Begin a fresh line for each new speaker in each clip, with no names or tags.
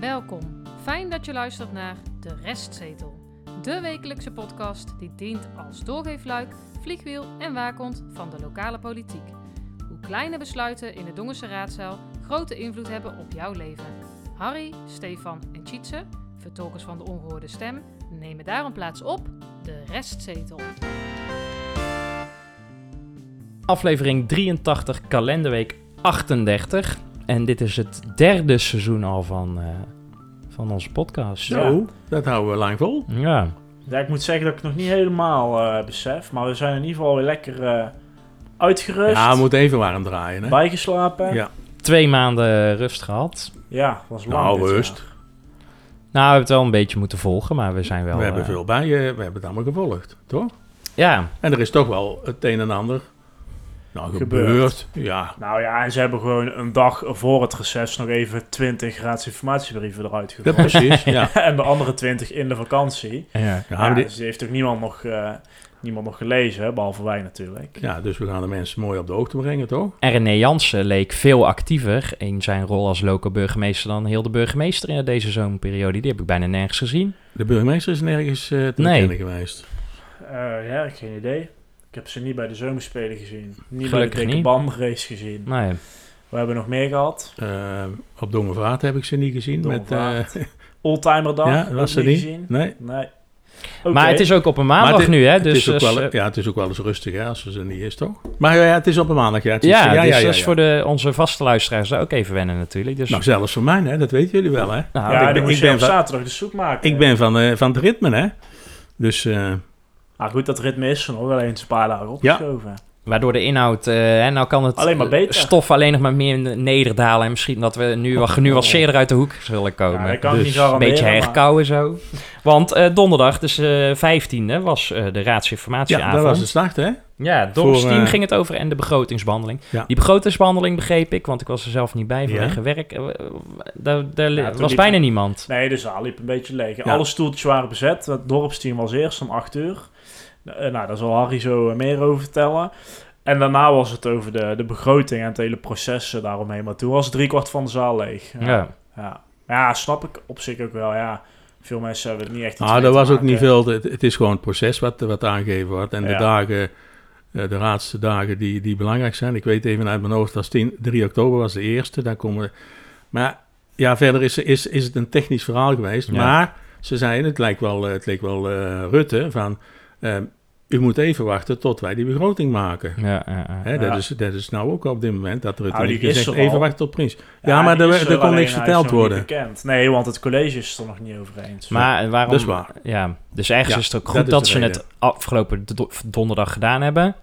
Welkom. Fijn dat je luistert naar De Restzetel. De wekelijkse podcast die dient als doorgeefluik, vliegwiel en waakhond van de lokale politiek. Hoe kleine besluiten in de Dongense raadzaal grote invloed hebben op jouw leven. Harry, Stefan en Tjitse, vertolkers van de ongehoorde stem, nemen daarom plaats op De Restzetel.
Aflevering 83, kalenderweek 38. En dit is het derde seizoen al van, eh, van onze podcast.
Zo, dat houden we lang vol.
Ja.
Ja, ik moet zeggen dat ik het nog niet helemaal eh, besef. Maar we zijn in ieder geval weer lekker eh, uitgerust.
Ja, we moeten even warm draaien, hè?
Bijgeslapen.
Ja.
Ja.
Twee maanden rust gehad.
was lang.
Nou,
dit jaar.
rust.
Nou, we hebben het wel een beetje moeten volgen, maar we zijn wel...
we hebben
eh,
veel bij je, we hebben het allemaal gevolgd, toch?
Ja,
En er is toch wel het een en ander nou, gebeurd.
Gebeurd.
Ja,
Nou ja, en ze hebben gewoon een dag voor het reces nog even 20 raadsinformatiebrieven eruit
dat
gegooid.
precies. ja.
en de andere 20 in de vakantie.
ja.
Ja,
Ja,
die-
dus die heeft ook niemand nog, eh, niemand nog gelezen, behalve wij natuurlijk.
ja, dus we gaan de mensen mooi op de hoogte brengen, toch?
En René Jansen leek veel actiever in zijn rol als lokale burgemeester dan heel de burgemeester in deze zomerperiode. Die heb ik bijna nergens gezien.
De burgemeester is nergens eh te
Nee.
bekennen geweest.
Eh, ja, geen idee. Ik heb ze niet bij de zomerspelen gezien. Niet
Gelukkig
bij de
niet.
dikke bandenrace gezien.
Nee.
We hebben nog meer gehad.
Eh, op Dongevaart heb ik ze niet gezien. Met, eh,
Dongevaart. Oldtimerdag.
ja, was
ook
ze niet?
gezien.
Nee.
Nee.
Maar het is ook op een maandag
Maar het-
nu, hè?
het
Dus,
is ook
dus,
wel,
eh,
ja, het is ook wel eens rustig hè, als ze er niet is, toch? Maar ja, het is op een maandag, ja. Het is,
ja, dus
ja,
dat is voor de, onze vaste luisteraars daar ook even wennen natuurlijk. Dus,
Nou, zelfs voor mij, hè, dat weten jullie wel, hè?
nou,
ja,
ik
dan
ben-
moest
ik
je
ben
op
van-
zaterdag de zoek maken.
Ik ben van, eh, van het ritme, hè? Dus eh,
Ah, goed, dat ritme is er nog wel eens een paar dagen opgeschoven.
Oh,
Waardoor de inhoud, eh, en nou kan het
Alleen maar beter.
stof alleen nog maar meer nederdalen. En misschien dat we nu wat genuanceerder uit de hoek zullen komen.
dat kan
dus
ik niet garanderen.
een beetje
maar-
herkauwen zo. Want eh, donderdag, dus eh 15e, was eh, de
ja, dat
raadsinformatieavond.
was de start, hè?
Ja, het Dorps
Voor,
team
eh,
ging het over en de begrotingsbehandeling.
Ja.
Die begrotingsbehandeling begreep ik, want ik was er zelf niet bij
Ja.
vanwege werk. Eh, eh, Daar, daar
Ja, toen
was
liep-
bijna niemand.
Nee, de zaal liep een beetje leeg.
Ja.
Alle stoeltjes waren bezet. Het dorpsteam was eerst om 8 uur. Eh, nou, daar zal Harry zo eh, meer over vertellen. En daarna was het over de, de begroting en het hele proces eh, daaromheen. Maar toen was driekwart van de zaal leeg.
Ja.
Ja. Ja, snap ik op zich ook wel. Ja, veel mensen hebben het niet echt. iets
Ah,
mee
dat
te
was ook
maken.
niet veel. Het, het is gewoon het proces wat, wat aangegeven wordt. En de
Ja.
dagen, eh, de laatste dagen die, die belangrijk zijn. Ik weet even uit mijn hoofd, als 10, 3 oktober was de eerste. Daar komen, maar ja, verder is, is, is het een technisch verhaal geweest.
Ja.
Maar ze zeiden, het lijkt wel, eh, het leek wel eh, Rutte, van... eh, u moet even wachten tot wij die begroting maken.
Ja, ja, ja.
Hè, dat,
Ja.
is, dat is nou ook op dit moment dat Rutte
Nou,
niet
die is
gezegd
er al.
even wachten tot Prins. Ja, maar
die
er-
is eh,
er kon
alleen,
niks
hij is
verteld
nog niet
worden.
bekend. Nee, want het college is het er nog niet over eens.
Maar eh, waarom...
Dat is waar.
Ja, dus ergens
Ja,
is het ook
dat
goed
is
dat,
de
ze
reden.
het afgelopen do- donderdag gedaan hebben.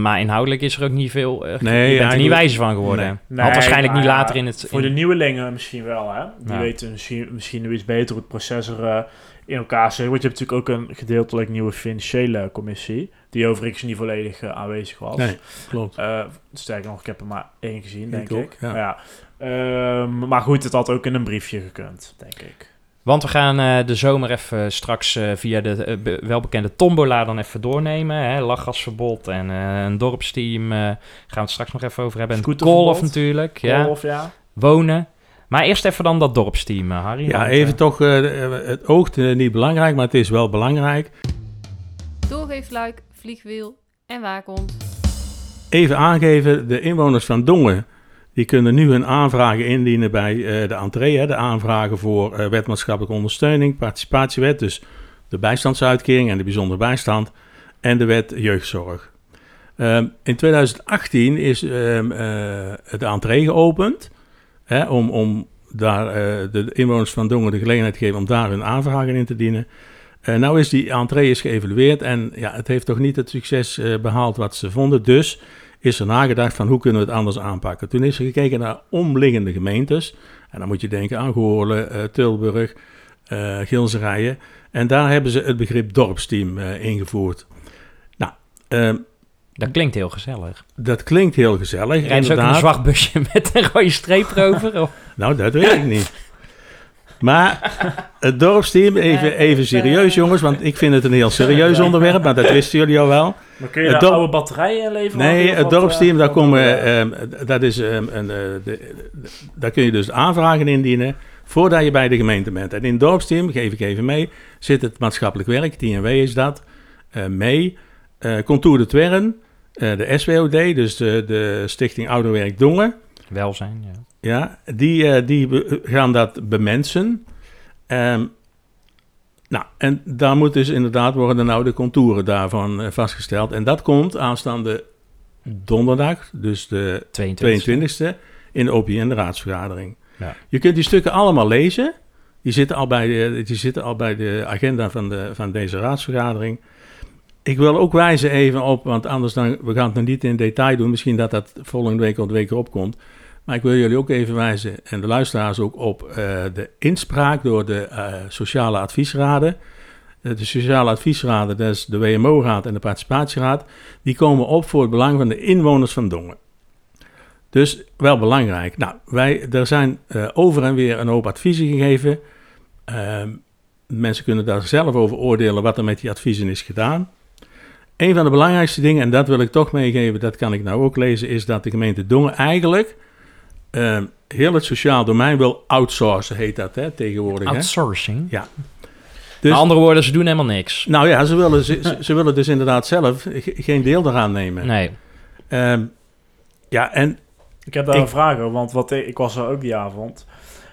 Maar inhoudelijk is er ook niet veel... eh, je bent er niet
eigenlijk-
wijzer van geworden.
Nee.
Had waarschijnlijk
Nee,
niet
maar
later in het...
Voor de
in-
nieuwelingen misschien wel, hè? Die
Ja.
weten misschien, misschien nu iets beter hoe het proces er eh, in elkaar zit. Want je hebt natuurlijk ook een gedeeltelijk nieuwe financiële commissie. Die overigens niet volledig eh, aanwezig was.
Nee, klopt.
Eh, sterker nog, ik heb er maar één gezien, denk
ook,
ik.
ja.
Ehm, maar goed, het had ook in een briefje gekund, denk ik.
Want we gaan eh, de zomer even straks eh, via de eh, be- welbekende tombola dan even doornemen. Hè? Lachgasverbod en eh, een dorpsteam eh, gaan we het straks nog even over hebben. En
Scooterverbod.
Koolhof natuurlijk, ja.
Of ja?
wonen. Maar eerst even dan dat dorpsteam, eh, Harry.
Ja,
want,
even
eh,
toch, eh, het oogt eh, niet belangrijk, maar het is wel belangrijk.
Doorgeefluik, vliegwiel en waakhond.
Even aangeven, de inwoners van Dongen, die kunnen nu hun aanvragen indienen bij eh, de entree. Hè, de aanvragen voor eh, wetmaatschappelijke ondersteuning, participatiewet, dus de bijstandsuitkering en de bijzondere bijstand en de wet jeugdzorg. Ehm, in 2018 is ehm eh, de entree geopend hè, om, om daar, eh, de inwoners van Dongen de gelegenheid te geven om daar hun aanvragen in te dienen. Eh, nou is die entree is geëvalueerd en ja, het heeft toch niet het succes eh, behaald wat ze vonden. Dus is er nagedacht van hoe kunnen we het anders aanpakken. Toen is er gekeken naar omliggende gemeentes. En dan moet je denken aan Goorlen, eh, Tilburg, eh Gilserijen. En daar hebben ze het begrip dorpsteam eh, ingevoerd. Nou, ehm,
Dat klinkt heel gezellig.
dat klinkt heel gezellig.
Rijden ze ook in een
inderdaad.
zwart busje met een rode streep erover? Of-
Nou, dat weet ik niet. Maar het dorpsteam, even, even serieus jongens, want ik vind het een heel serieus onderwerp, maar dat wisten jullie al wel.
Maar kun je
Het
daar
dorp-
oude batterijen in leveren?
Nee,
Of
het
wat, eh,
dorpsteam, daar,
wat,
komen,
eh,
ehm, dat is, ehm, een, eh, de- de- daar kun je dus aanvragen indienen. voordat je bij de gemeente bent. En in het dorpsteam, geef ik even mee, zit het maatschappelijk werk, TNW is dat, eh, mee. eh Contour de Twern, eh, de SWOD, dus de, de Stichting Ouderwerk Dongen.
Welzijn, ja.
Ja, die, eh, die be- gaan dat bemensen. Ehm, nou, en daar moet dus inderdaad worden nou de contouren daarvan eh, vastgesteld. En dat komt aanstaande donderdag, dus de
22.
22e, in de OPN, de raadsvergadering.
Ja.
Je kunt die stukken allemaal lezen. Die zitten al bij de, die zitten al bij de agenda van, de, van deze raadsvergadering. Ik wil ook wijzen even op, want anders dan, we gaan het nog niet in detail doen. Misschien dat dat volgende week of de week erop komt. Maar ik wil jullie ook even wijzen, en de luisteraars ook, op eh, de inspraak door de eh, sociale adviesraden. Eh, de sociale adviesraden, dat is de WMO-raad en de participatieraad, die komen op voor het belang van de inwoners van Dongen. Dus wel belangrijk. Nou, wij, er zijn eh, over en weer een hoop adviezen gegeven. Ehm, mensen kunnen daar zelf over oordelen wat er met die adviezen is gedaan. Een van de belangrijkste dingen, en dat wil ik toch meegeven, dat kan ik nou ook lezen, is dat de gemeente Dongen eigenlijk ehm, heel het sociaal domein wil outsourcen, heet dat hè, tegenwoordig. Hè?
Outsourcing.
Ja.
Met
Dus-
andere woorden, ze doen helemaal niks.
Nou ja, ze willen, ze, ze- ze willen dus inderdaad zelf ge- geen deel eraan nemen.
Nee.
Ehm, ja, en
Ik heb daar
Ik-
een vraag over, want wat ik, ik was er ook die avond.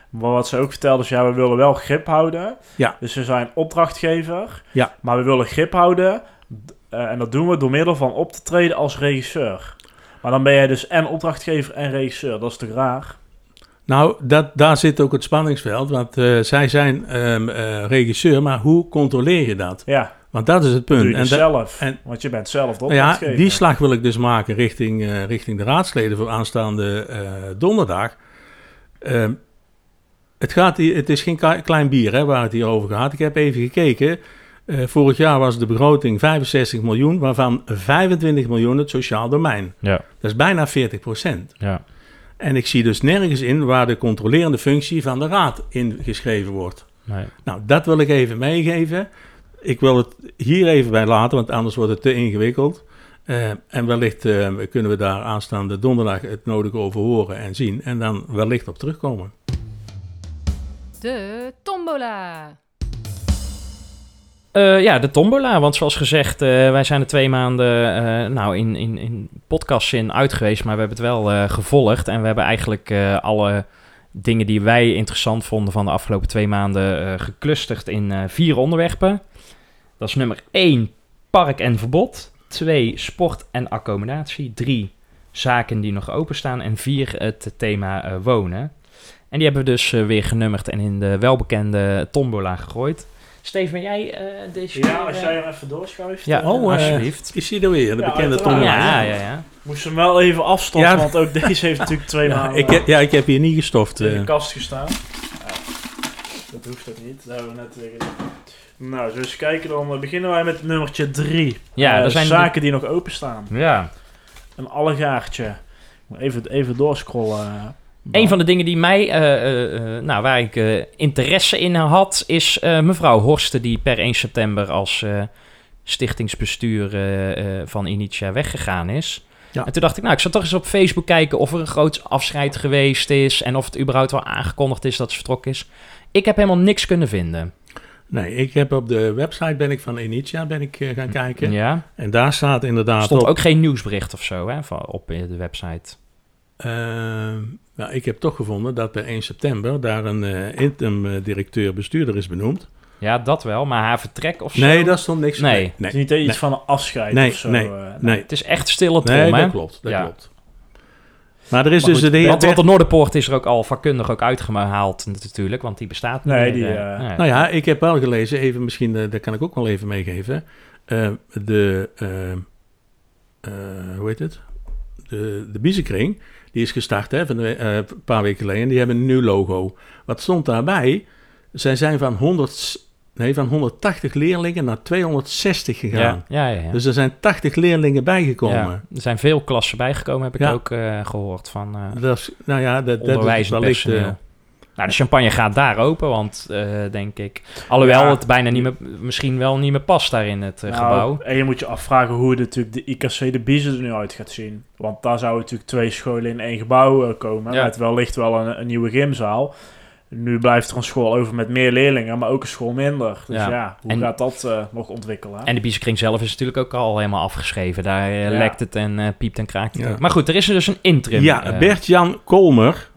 Maar wat ze ook vertelde is, ja, we willen wel grip houden.
Ja.
Dus we zijn opdrachtgever.
Ja.
Maar we willen grip houden. d- eh, en dat doen we door middel van op te treden als regisseur. Maar dan ben jij dus en opdrachtgever en regisseur. Dat is toch raar?
nou, dat, daar zit ook het spanningsveld, want eh, zij zijn ehm, eh, regisseur, maar hoe controleer je dat?
Ja,
Want dat is het punt.
doe je
En
dus
da-
zelf.
en-
want je bent zelf de
ja,
opdrachtgever.
die slag wil ik dus maken richting, eh, richting de raadsleden voor aanstaande eh, donderdag. Ehm, het, gaat, hier- het is geen ka- klein bier hè, waar het hier over gaat. Ik heb even gekeken. Eh, vorig jaar was de begroting 65 miljoen, waarvan 25 miljoen het sociaal domein.
Ja.
Dat is bijna 40 procent.
Ja.
En ik zie dus nergens in waar de controlerende functie van de raad ingeschreven wordt.
Nee.
Nou, dat wil ik even meegeven. Ik wil het hier even bij laten, want anders wordt het te ingewikkeld. Eh, en wellicht eh, kunnen we daar aanstaande donderdag het nodige over horen en zien. En dan wellicht op terugkomen.
De tombola.
Eh, ja, de tombola. Want zoals gezegd, eh, wij zijn er twee maanden eh, nou, in, in, in podcastzin uit geweest. Maar we hebben het wel eh, gevolgd. En we hebben eigenlijk eh, alle dingen die wij interessant vonden van de afgelopen twee maanden eh geclusterd in eh, vier onderwerpen. Dat is nummer één, park en verbod. Twee, sport en accommodatie. Drie, zaken die nog openstaan. En vier, het thema eh, wonen. En die hebben we dus eh, weer genummerd en in de welbekende tombola gegooid. Steven, ben jij eh, deze
Ja,
keer,
als
eh,
jij hem even doorschuift.
Ja,
eh,
Oh, eh,
alsjeblieft.
Is hij er weer, de
Ja,
bekende
uiteraard.
Tom?
Ja, ja, ja.
Moest hem wel even afstoppen,
Ja.
want ook deze heeft natuurlijk twee
Ja,
maanden
ik heb, ja, ik heb hier niet gestoft.
in
eh.
de kast gestaan. Ja, dat hoeft ook niet, daar hebben we net liggen. Nou, zo eens kijken dan. eh, Beginnen wij met nummertje 3.
Ja, er zijn
zaken die nog openstaan.
Ja.
Een allegaartje. Ik moet Even, even doorscrollen. eh.
Een van de dingen die mij, eh, eh, eh, nou, waar ik eh, interesse in had, is eh, mevrouw Horsten, die per 1 september als eh, stichtingsbestuur eh, eh, van Initia weggegaan is.
Ja.
En toen dacht ik, nou, ik zal toch eens op Facebook kijken of er een groot afscheid geweest is en of het überhaupt wel aangekondigd is dat ze vertrokken is. Ik heb helemaal niks kunnen vinden.
Nee, ik heb op de website ben ik van Initia ben ik, eh, gaan kijken.
Hm. Ja.
En daar staat inderdaad
Stond
op.
ook geen nieuwsbericht of zo hè, van, op eh, de website.
Ehm, nou, ik heb toch gevonden dat per 1 september daar een eh, interim eh, directeur-bestuurder is benoemd.
Ja, dat wel, maar haar vertrek of zo.
Nee, daar stond niks
Nee.
bij.
Het
Nee,
is niet eh, iets
Nee.
van een afscheid
Nee,
of zo.
nee,
eh.
nee.
Het is echt stille trom,
Nee,
hè?
dat klopt. Dat
Ja.
klopt. Maar er is
Maar
dus
goed,
de heer.
want, want de Noorderpoort is er ook al vakkundig ook uitgehaald natuurlijk, want die bestaat niet
Nee,
meer,
die,
eh,
eh,
nee.
Nou ja, ik heb wel gelezen, even misschien, eh, dat kan ik ook wel even meegeven. eh, de, eh, eh, hoe heet het? De, de biezenkring, die is gestart hè, van de- eh, een paar weken geleden. Die hebben een nieuw logo. Wat stond daarbij? Zij zijn van, 100, nee, van 180 leerlingen naar 260 gegaan.
ja, ja, ja, ja.
Dus er zijn 80 leerlingen
Ja,
bijgekomen.
er zijn veel klassen bijgekomen, heb ik
Ja.
ook eh, gehoord van eh
Dat is, nou ja, dat, dat is
onderwijs en
wellicht... eh,
personeel. nou, de champagne gaat daar open, want eh, denk ik, alhoewel
Ja.
het bijna niet meer, misschien wel niet meer past daar in het eh,
Nou,
gebouw.
En je moet je afvragen hoe natuurlijk de IKC de Biezen er nu uit gaat zien. Want daar zouden natuurlijk twee scholen in één gebouw eh, komen.
Ja.
Met wellicht wel een, een nieuwe gymzaal. Nu blijft er een school over met meer leerlingen, maar ook een school minder. Dus
Ja.
ja, hoe
En-
gaat dat eh, nog ontwikkelen? hè?
En de biezenkring zelf is natuurlijk ook al helemaal afgeschreven. Daar eh,
Ja.
lekt het en eh, piept en kraakt het.
Ja.
ook. Maar goed, er is dus een interim.
Ja,
eh,
Bert-Jan Kolmer.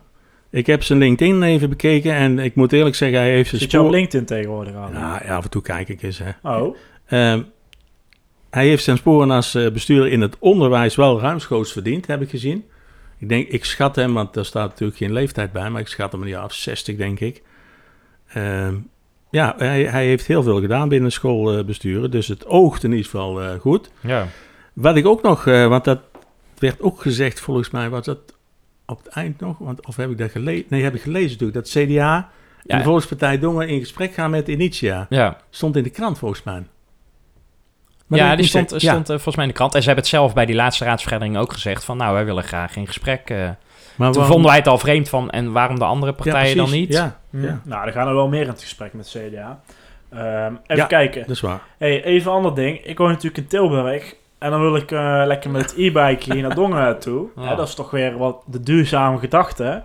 Ik heb zijn LinkedIn even bekeken en ik moet eerlijk zeggen, hij heeft zijn
Zit je op
spoor... Nou,
LinkedIn tegenwoordig aan?
Ja, ja, af en toe kijk ik eens. Hè.
Oh,
Ehm, hij heeft zijn sporen als eh, bestuurder in het onderwijs wel ruimschoots verdiend, heb ik gezien. Ik denk, ik schat hem, want daar staat natuurlijk geen leeftijd bij, maar ik schat hem in de af 60, denk ik. Ehm, ja, hij, hij heeft heel veel gedaan binnen schoolbesturen, dus het oogt in ieder geval eh, goed.
ja.
Wat ik ook nog, eh, want dat werd ook gezegd, volgens mij was dat op het eind nog, want, of heb ik dat gelezen? Nee, heb ik gelezen natuurlijk, dat CDA en
Ja.
de Volkspartij Dongen in gesprek gaan met Initia.
Ja,
Stond in de krant volgens mij. Maar
ja
dat
die
is niet
stond,
zeker. Ja,
stond eh, volgens mij in de krant. En ze hebben het zelf bij die laatste raadsvergadering ook gezegd van... nou, wij willen graag in gesprek. eh.
maar
Toen
Nou, waarom-
vonden wij het al vreemd van... en waarom de andere
Ja,
partijen dan
precies,
niet?
Ja,
hm.
Ja.
nou, er gaan er wel meer in het gesprek met CDA. Ehm, even
Ja.
kijken.
dat is waar.
Hey, even een ander ding. Ik woon natuurlijk in Tilburg. En dan wil ik eh, lekker met het e-bike hier naar Dongen toe.
Ja.
Hè, dat is toch weer wat de duurzame gedachte.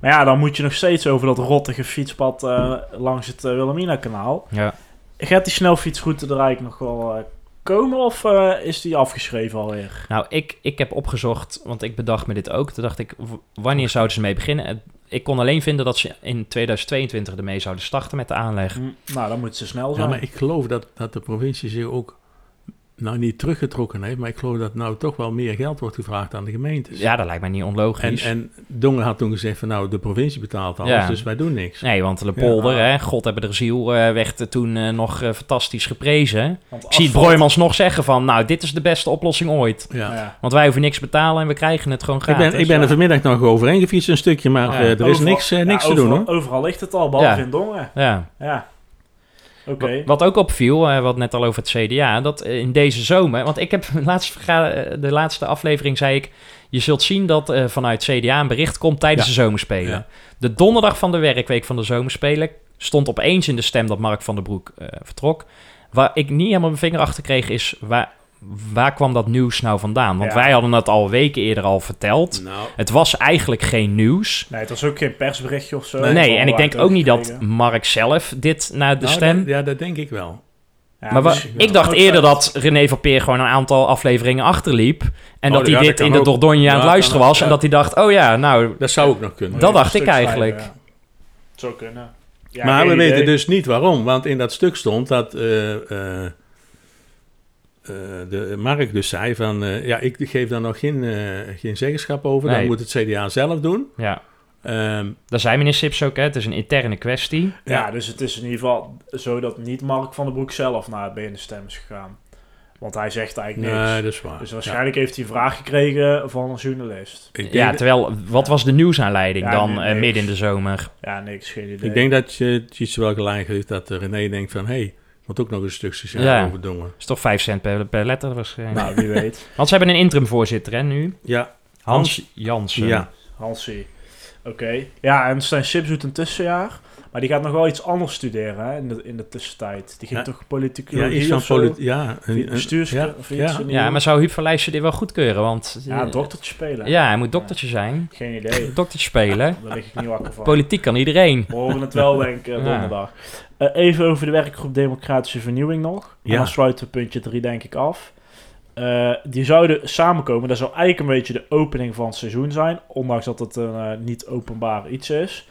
Maar ja, dan moet je nog steeds over dat rottige fietspad eh, langs het eh, Wilhelmina-kanaal.
Ja.
Gaat die snelfietsroute er eigenlijk nog wel eh, komen of eh, is die afgeschreven alweer?
Nou, ik, ik heb opgezocht, want ik bedacht me dit ook. Toen dacht ik, w- wanneer zouden ze mee beginnen? Het- Ik kon alleen vinden dat ze in 2022 ermee zouden starten met de aanleg.
Hm, nou, dan moet ze snel
Ja,
zijn.
maar ik geloof dat, dat de provincie zich ook nou niet teruggetrokken heeft, maar ik geloof dat nou toch wel meer geld wordt gevraagd aan de gemeentes.
Ja, dat lijkt mij niet
En,
onlogisch.
en Dongen had toen gezegd van nou, de provincie betaalt alles,
Ja.
dus wij doen niks.
Nee, want Le Polder,
Ja.
hè, God hebben de ziel, eh, werd eh, toen eh, nog eh, fantastisch geprezen.
Want
Ik zie het
asfalt-
Broijmans nog zeggen van, nou, dit is de beste oplossing ooit.
Ja.
Ja.
Want wij hoeven niks te betalen en we krijgen het gewoon
Ik
gratis.
ben, ik ben er vanmiddag nog overheen gefietst een stukje, maar
Ja.
eh, er is
Overal-
niks, eh,
ja,
niks te
overal-
doen hoor.
Overal ligt het al, behalve
Ja.
in Dongen.
Ja.
Ja. Oké.
Wa- Wat ook opviel, eh, wat net al over het CDA, dat eh, in deze zomer, want ik heb de laatste, verga- eh, de laatste aflevering zei ik, je zult zien dat eh, vanuit CDA een bericht komt tijdens
Ja.
de zomerspelen.
Ja.
De donderdag van de werkweek van de zomerspelen stond opeens in de stem dat Mark van der Broek eh, vertrok. Waar ik niet helemaal mijn vinger achter kreeg is, waar, waar kwam dat nieuws nou vandaan? Want
Ja.
wij hadden dat al weken eerder al verteld.
Nou,
Het was eigenlijk geen nieuws.
Nee, het was ook geen persberichtje of zo.
Nee,
Van
en
waar
ik denk ook
over
niet dat
gekregen.
Mark zelf dit naar de stem...
nou, dat- ja, dat denk ik wel.
Nou, Ja,
maar wa-
misschien wel.
ik dacht
Ook
eerder
zo.
dat René van Peer gewoon een aantal afleveringen achterliep. En
Oh,
dat
ja,
hij
dat
dit
kan
in de
ook.
Dordogne aan
Ja,
het
dat
luisteren
kan
was.
ook,
En
ja.
dat hij dacht, oh ja, nou...
Dat zou ook nog kunnen.
Dat
Ja,
dacht
een
ik
stuk
eigenlijk.
schrijven, ja. Zou kunnen. Ja,
maar
geen
we
idee.
weten dus niet waarom, want in dat stuk stond dat eh, eh, eh, de Mark dus zei van, eh, ja, ik geef daar nog geen, eh, geen zeggenschap over,
Nee.
dat moet het CDA zelf doen.
Ja,
Ehm,
daar zei meneer Sips ook, hè. Het is een interne kwestie.
Ja, dus het is in ieder geval zo dat niet Mark van den Broek zelf naar het BNSTEM is gegaan. Want hij zegt eigenlijk niks.
nee, dat is waar.
dus waarschijnlijk heeft hij een vraag gekregen van een journalist.
Ja, ik, denk,
Ja, terwijl, wat was de nieuwsaanleiding
Ja,
dan
nee,
eh,
niks.
midden in de zomer?
Ja, niks, geen idee.
ik denk dat je het iets wel gelijk heeft dat eh, René denkt van, hé, hey, moet ook nog een stuk sociaal
Ja.
over Dongen.
is toch 5 cent per, per letter waarschijnlijk.
Nou, wie weet.
Want ze hebben een interim voorzitter, hè, nu.
Ja,
Hans, Jansen.
ja.
Hansie. Oké. Ja, en Stijn Sips doet een tussenjaar. Maar die gaat nog wel iets anders studeren hè, in, de, in de tussentijd. Die ging
Ja.
toch politieke
Ja, iets van polit- Ja, een, een-
Bestuurskunde
ja,
of
ja.
iets. in die
Ja,
hoek.
maar zou Huub van Leijsen dit wel goedkeuren? Want,
Ja,
eh,
doktertje spelen.
Ja, hij moet doktertje zijn.
Geen idee.
Doktertje spelen.
Daar lig ik niet wakker van.
Politiek kan iedereen.
We horen het wel, denk ik, eh,
Ja.
donderdag. Eh, even over de werkgroep Democratische Vernieuwing nog. En
Ja.
dan sluit we puntje 3, denk ik, af. Eh, die zouden samenkomen. Dat zou eigenlijk een beetje de opening van het seizoen zijn. Ondanks dat het een eh, niet openbaar iets is.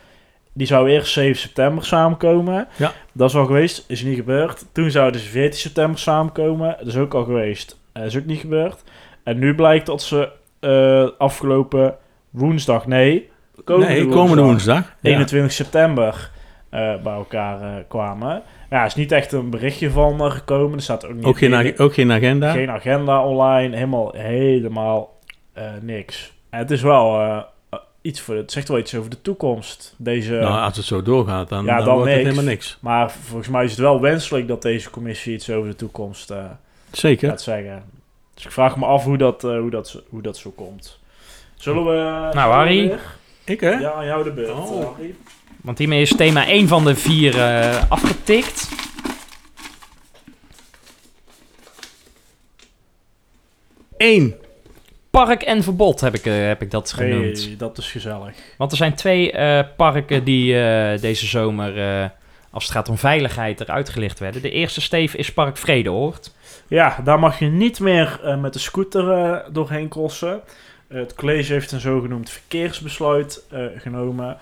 Die zou eerst 7 september samenkomen.
Ja.
Dat is al geweest, is niet gebeurd. Toen zouden ze 14 september samenkomen. Dat is ook al geweest, Eh, is ook niet gebeurd. En nu blijkt dat ze eh, afgelopen woensdag, nee,
nee, komende woensdag. Ja.
21 september eh, bij elkaar eh, kwamen. Ja, er is niet echt een berichtje van eh, gekomen. Er staat ook, niet
Ook, geen,
geen,
ag- ook geen agenda.
geen agenda online. Helemaal, helemaal eh, niks. En het is wel eh, eh, iets voor... Het zegt wel iets over de toekomst. Deze...
nou, als het zo doorgaat, dan,
eh, Ja,
dan,
dan
wordt het
niks.
helemaal niks.
maar volgens mij is het wel wenselijk dat deze commissie iets over de toekomst eh,
Zeker.
gaat zeggen. Dus ik vraag me af hoe dat, eh, hoe dat, zo- hoe dat zo komt. Zullen we...
Nou, Harry.
Ik, hè?
Ja, aan jou de beurt.
Oh.
eh, Harry.
Want hiermee is thema 1 van de 4 eh, afgetikt.
Eén.
Park en verbod heb ik, eh, heb ik dat genoemd.
Hey, dat is gezellig.
Want er zijn twee eh, parken die eh, deze zomer, eh, als het gaat om veiligheid, eruit gelicht werden. De eerste steef is Park Vredeoord.
Ja, daar mag je niet meer eh, met de scooter eh, doorheen crossen. Eh, het college heeft een zogenoemd verkeersbesluit eh, genomen.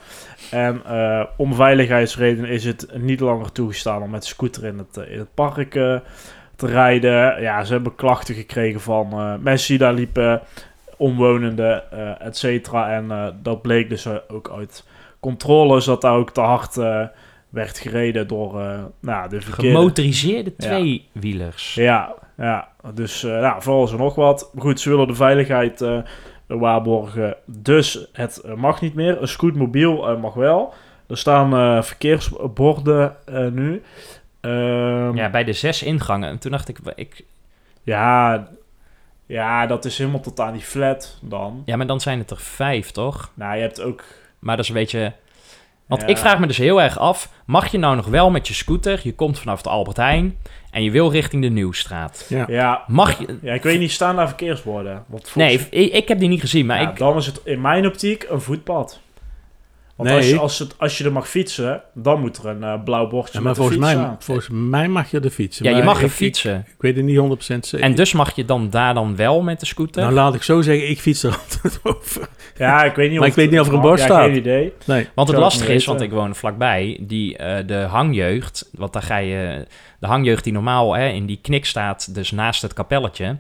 En eh, om veiligheidsredenen is het niet langer toegestaan om met de scooter in het, eh, in het park eh, te rijden. Ja, ze hebben klachten gekregen van eh, mensen die daar liepen, omwonenden, eh et cetera. En eh, dat bleek dus eh, ook uit controles dat daar ook te hard eh, werd gereden door eh, nou, de verkeerde...
Gemotoriseerde
Ja.
tweewielers.
Ja, ja. Dus eh nou, vooral is er nog wat. Maar Goed, ze willen de veiligheid eh, waarborgen. Dus het eh, mag niet meer. Een scootmobiel eh, mag wel. Er staan eh, verkeersborden eh, nu. Ehm,
Ja, bij de zes ingangen. En toen dacht ik, ik,
ja, ja, dat is helemaal tot aan die flat dan.
ja, maar dan zijn het er vijf, toch?
Nou, je hebt ook...
Maar dat is een beetje... Want
Ja.
ik vraag me dus heel erg af, mag je nou nog wel met je scooter, je komt vanaf de Albert Heijn en je wil richting de Nieuwstraat?
Ja.
Ja,
Mag je...
ja, ik weet niet, staan daar verkeersborden? Want
Nee,
volgens-
ik, ik heb die niet gezien, maar
ja,
ik...
dan is het in mijn optiek een voetpad. Want
Nee.
als, je, als, het, als je er mag fietsen, dan moet er een eh, blauw bordje
Ja,
met
maar
de
volgens
fiets
mij,
aan.
volgens mij mag je er fietsen.
Ja, je
maar
mag er
ik-
fietsen.
Ik, ik weet het niet 100% zeker.
En dus mag je dan daar dan wel met de scooter?
nou, laat ik zo zeggen, ik fiets er altijd over.
Ja, ik weet niet
Maar
of
ik weet niet of er een
mag.
bord
Ja,
staat.
geen idee.
Nee.
Want het
Zou ik niet
lastige is, want ik
weten.
woon er vlakbij, die, eh, de hangjeugd, want daar ga je, de hangjeugd die normaal hè, in die knik staat, dus naast het kapelletje,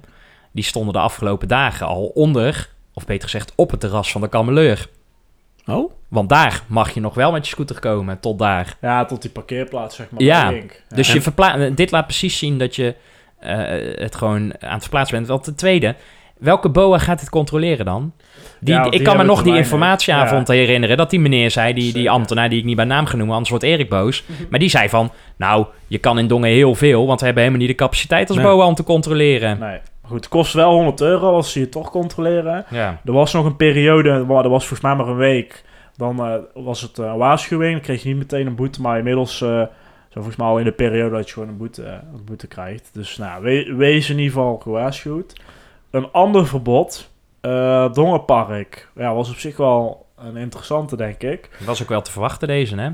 die stonden de afgelopen dagen al onder, of beter gezegd op het terras van de kameleur.
Oh?
Want daar mag je nog wel met je scooter komen, tot daar.
Ja, tot die parkeerplaats, zeg maar.
Ja,
ik denk. Ja.
Dus je verpla- dit laat precies zien dat je eh, het gewoon aan het verplaatsen bent. Want ten tweede, welke BOA gaat dit controleren dan? Die,
Ja, want
ik
die
kan me
hebben
nog die
termijn, hè?
informatieavond herinneren dat die meneer zei, die, die
Zeker.
ambtenaar die ik niet bij naam genoemd, anders wordt Erik boos. Maar die zei van, nou, je kan in Dongen heel veel, want we hebben helemaal niet de capaciteit als
Nee.
BOA om te controleren.
Nee. Maar Goed, het kost wel 100 euro als ze je toch controleren.
Ja.
Er was nog een periode, waar er was volgens mij maar een week. Dan eh, was het eh, een waarschuwing. Dan kreeg je niet meteen een boete, maar inmiddels... eh zo volgens mij al in de periode dat je gewoon een boete, eh, een boete krijgt. Dus nou, we- wees in ieder geval gewaarschuwd. Een ander verbod. eh Dongenpark. Ja, was op zich wel een interessante, denk ik.
Dat was ook wel te verwachten deze, hè?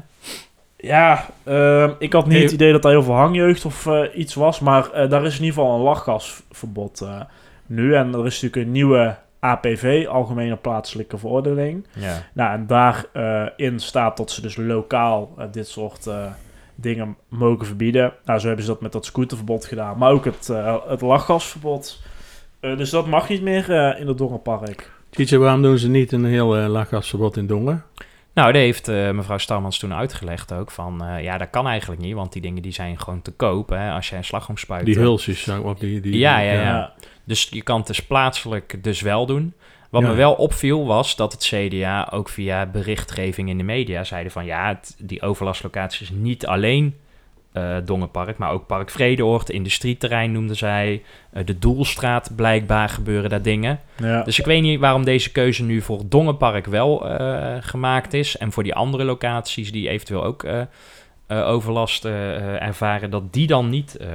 Ja, ehm, ik had niet
Hey.
het idee dat daar heel veel hangjeugd of eh, iets was. Maar eh, daar is in ieder geval een lachgasverbod eh, nu. En er is natuurlijk een nieuwe APV, Algemene Plaatselijke Verordening.
Ja.
Nou, en daarin staat dat ze dus lokaal eh, dit soort eh, dingen mogen verbieden. Nou, zo hebben ze dat met dat scooterverbod gedaan. Maar ook het, eh, het lachgasverbod. Eh, dus dat mag niet meer eh, in het Dongenpark.
Tietje, waarom doen ze niet een heel eh, lachgasverbod in Dongen?
Nou, dat heeft eh, mevrouw Starmans toen uitgelegd ook, van eh, ja, dat kan eigenlijk niet, want die dingen die zijn gewoon te koop, hè, als jij een slagroom spuit.
Die
eh,
hulsjes. zo, Of die, die,
Ja, ja, ja.
Ja.
Dus je kan het dus plaatselijk dus wel doen. Wat
Ja.
me wel opviel was dat het CDA ook via berichtgeving in de media zeiden van ja, het- die overlastlocatie is niet alleen eh Dongenpark, maar ook Park Vredeoord, industrieterrein noemden zij, eh, de Doelstraat blijkbaar gebeuren daar dingen.
Ja.
Dus ik weet niet waarom deze keuze nu voor het Dongenpark wel eh, gemaakt is en voor die andere locaties die eventueel ook eh, eh, overlast eh, eh, ervaren, dat die dan niet... eh,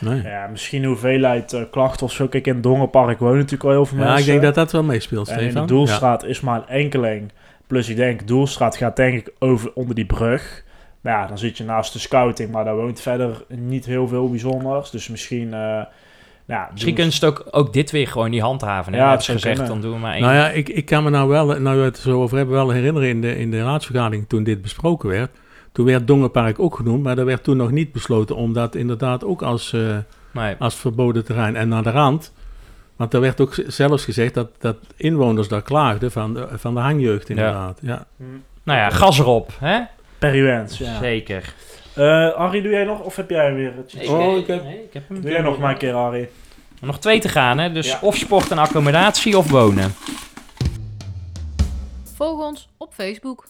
Nee. Ja,
Ja, misschien de hoeveelheid eh, klachten of zo. Kijk, in het Dongenpark wonen natuurlijk al heel veel mensen.
ik denk dat dat wel meespeelt,
En eh, in
Stefan.
de Doelstraat is maar een enkeling. Plus ik denk, Doelstraat gaat denk ik over onder die brug. Nou ja, dan zit je naast de scouting, maar daar woont verder niet heel veel bijzonders. Dus misschien... eh ja,
Misschien kunnen ze het ook, ook dit weer gewoon niet handhaven. Hè?
Ja,
Ja,
het
ze
zou
gezegd,
kunnen.
dan doen we maar
Ja.
één.
Nou ja, ik, ik kan me nou wel, nou we het er zo over hebben, wel herinneren in de, in de raadsvergadering toen dit besproken werd. Toen werd Dongenpark ook genoemd, maar er werd toen nog niet besloten om dat inderdaad ook als... eh,
Nee.
als verboden terrein. En aan de rand, want er werd ook z- zelfs gezegd dat, dat inwoners daar klaagden van de, van de hangjeugd inderdaad. Ja.
Nou ja, gas erop, hè?
Periwens, Hm. ja.
Zeker.
Eh, Harry, doe jij nog? Of heb jij weer... het?
Oh, ik heb-
nee, ik heb hem.
Doe jij nog maar een keer, Harry.
Nog twee te gaan, hè? Dus
Ja.
of sport en accommodatie of wonen.
Volg ons op Facebook.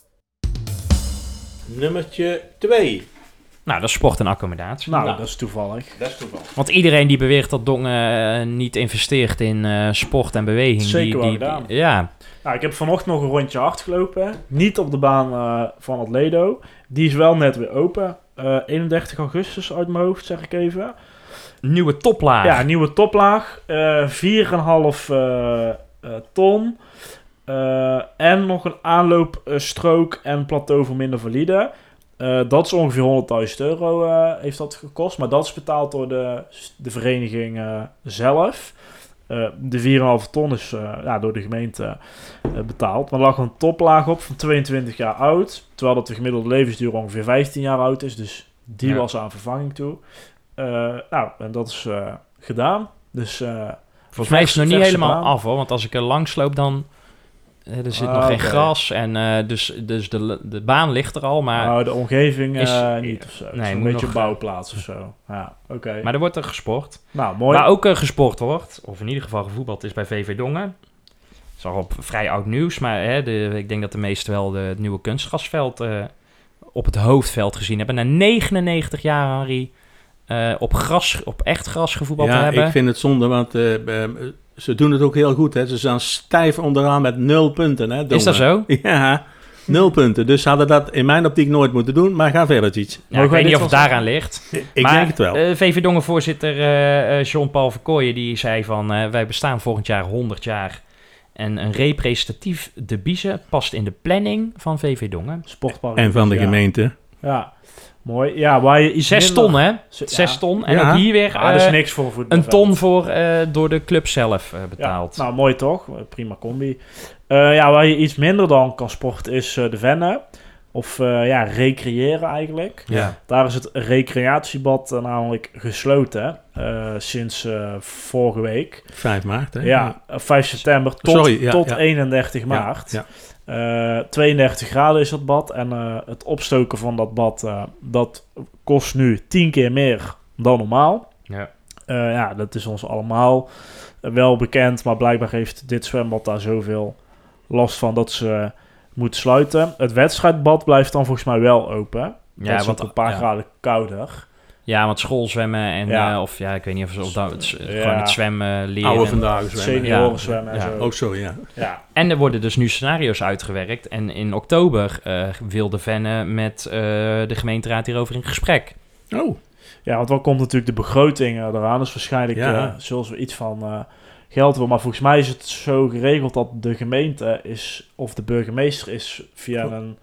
Nummertje 2.
Nou, dat is sport en accommodatie.
Nou, dat is toevallig.
Want iedereen die beweert dat Dongen eh, niet investeert in eh, sport en beweging...
Zeker
die,
wel
die-
gedaan.
Ja,
Nou, ik heb vanochtend nog een rondje hard gelopen. Niet op de baan eh, van het Ledo. Die is wel net weer open. Eh, 31 augustus uit mijn hoofd, zeg ik even.
Nieuwe toplaag.
Ja, nieuwe toplaag. eh 4,5 eh, eh, ton. Eh, en nog een aanloopstrook en plateau voor minder valide. Eh, dat is ongeveer 100.000 euro eh, heeft dat gekost. Maar dat is betaald door de, de vereniging eh, zelf. Eh, de 4,5 ton is eh, ja, door de gemeente eh, betaald. Maar er lag een toplaag op van 22 jaar oud. Terwijl dat de gemiddelde levensduur ongeveer 15 jaar oud is. Dus die
Ja.
was aan vervanging toe. Eh, nou, en dat is eh, gedaan. Dus eh,
Volgens mij is het nog niet
Verse
helemaal
baan.
af hoor. Want als ik er langs loop, dan. eh, er zit
Ah,
nog geen
oké.
gras. En eh, dus, dus de, de baan ligt er al. Maar,
nou, de omgeving eh,
is-
niet of zo. Het
nee,
is een
moet
beetje
nog- eh,
bouwplaats of zo. Ja, oké.
maar er wordt er gesport.
Nou, mooi.
Waar ook eh, gesport wordt, of in ieder geval gevoetbald is bij VV Dongen. Dat is al op vrij oud nieuws, maar hè, de, ik denk dat de meesten wel de, het nieuwe kunstgrasveld eh, op het hoofdveld gezien hebben. Na 99 jaar, Harry, eh, op, gras, op echt gras gevoetbald te
ja,
hebben.
ik vind het zonde, want eh, eh, ze doen het ook heel goed. Hè. Ze staan stijf onderaan met nul punten. Hè,
is dat
Dongen.
zo?
Ja, nul punten. Dus ze hadden dat in mijn optiek nooit moeten doen. Maar ga verder, iets.
Ja, ik
wij
weet niet
dit
of het
wel
daaraan ligt.
Ik
Maar,
denk het wel.
eh, VV Dongen voorzitter eh, eh, Jean-Paul Verkooyen die zei van eh, wij bestaan volgend jaar 100 jaar. En een representatief debieze past in de planning van VV Dongen.
Sportpark.
en van de
ja.
gemeente.
Ja, mooi. Ja, waar je iets
Zes
minder-
ton, hè?
Ze-
Zes
ja.
ton. En
Ja.
ook hier weer
Ja, dat is
eh,
niks voor een voetbal.
een ton voor, eh, door de club zelf eh, betaald.
Ja, nou, mooi toch? Eh, Prima combi. Eh, ja, waar je iets minder dan kan sporten is eh, de vennen. Of eh, ja, recreëren eigenlijk.
Ja.
Daar is het recreatiebad eh, namelijk gesloten eh, sinds eh, vorige week.
5 maart, hè?
Ja, eh, 5 september tot,
Sorry, ja,
tot
ja.
31 maart.
ja.
Eh, 32 graden is dat bad. En eh, het opstoken van dat bad, eh, dat kost nu 10 keer meer dan normaal.
Ja.
Eh, ja, dat is ons allemaal wel bekend. Maar blijkbaar heeft dit zwembad daar zoveel last van dat ze eh, moet sluiten. Het wedstrijdbad blijft dan volgens mij wel open. Ja, dat
Ja,
is
want,
ook een paar
ja.
graden kouder.
ja, want schoolzwemmen en
Ja.
eh, of ja, ik weet niet of ze of dat, het, eh,
Ja.
gewoon het zwemmen leren.
Oude vandaag zwemmen.
Senioren
ja.
zwemmen en
Ja.
zo.
Ook zo, Oh, ja.
Ja.
En er worden dus nu scenario's uitgewerkt. En in oktober eh, wil de Venne met eh, de gemeenteraad hierover in gesprek.
Oh,
Ja, want dan komt natuurlijk de begroting eh, eraan. Dus waarschijnlijk
Ja.
eh, zullen ze iets van eh, geld willen. Maar volgens mij is het zo geregeld dat de gemeente is, of de burgemeester is via een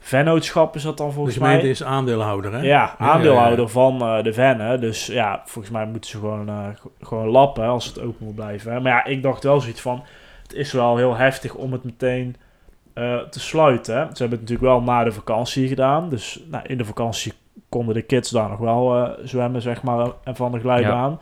vennootschap, is dat dan
de
volgens
gemeente
mij.
is aandeelhouder, hè?
Ja,
Ja, ja,
aandeelhouder
ja.
van eh, de vennen. Dus ja, volgens mij moeten ze gewoon, eh, g- gewoon lappen als het open moet blijven. hè. Maar ja, ik dacht wel zoiets van, het is wel heel heftig om het meteen eh, te sluiten. Ze hebben het natuurlijk wel na de vakantie gedaan. Dus nou, in de vakantie konden de kids daar nog wel eh, zwemmen, zeg maar, en van de glijbaan.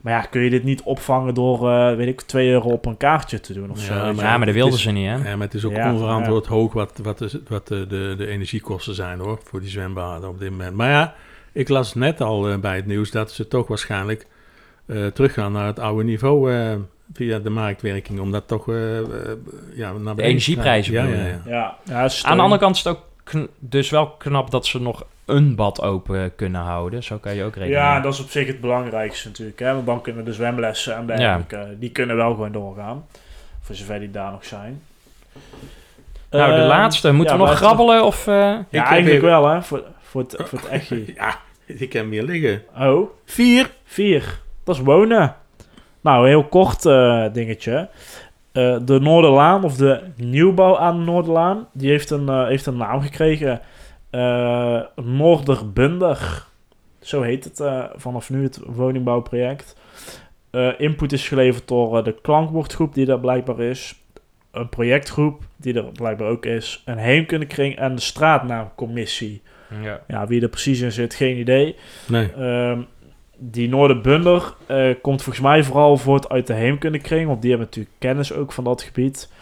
Maar ja, kun je dit niet opvangen door, eh, weet ik, 2 euro op een kaartje te doen of
Ja,
zo?
maar-
weet je
ja, maar dat
het
wilden
is-
ze niet, hè?
Ja, maar het is ook
Ja,
onverantwoord hoog wat, wat, de, wat de, de, de energiekosten zijn hoor, voor die zwembaden op dit moment. Maar ja, ik las net al eh, bij het nieuws dat ze toch waarschijnlijk eh, teruggaan naar het oude niveau eh, via de marktwerking. Omdat toch eh, eh, ja, naar beneden-
energieprijzen
Ja,
bedoel
ja,
je?
ja.
wel. Ja, ja, steun.
Aan de andere kant is het ook kn- dus wel knap dat ze nog een bad open kunnen houden. Zo kan je ook rekenen.
Ja, dat is op zich het belangrijkste natuurlijk. Hè? Want dan kunnen de zwemlessen en dergelijke, die kunnen wel gewoon doorgaan. Voor zover die daar nog zijn.
Nou, de
Ehm,
laatste. Moeten
ja,
we nog
laatste.
grabbelen of... eh,
Ja,
Ik heb
eigenlijk
even-
wel hè, voor, voor, het, voor het echtje.
Ja, ik heb meer liggen.
Oh,
Vier.
vier. Dat is wonen. Nou, een heel kort eh, dingetje. Eh, de Noorderlaan, of de nieuwbouw aan de Noorderlaan, die heeft een, eh, heeft een naam gekregen. Eh Noorderbunder. Zo heet het eh, vanaf nu, het woningbouwproject. Eh, input is geleverd door eh, de klankbordgroep die daar blijkbaar is. Een projectgroep die er blijkbaar ook is. Een heemkundekring en de straatnaamcommissie.
ja.
Ja, wie er precies in zit, geen idee.
Nee.
Ehm, die Noorderbunder eh komt volgens mij vooral voort uit de heemkundekring, want die hebben natuurlijk kennis ook van dat gebied.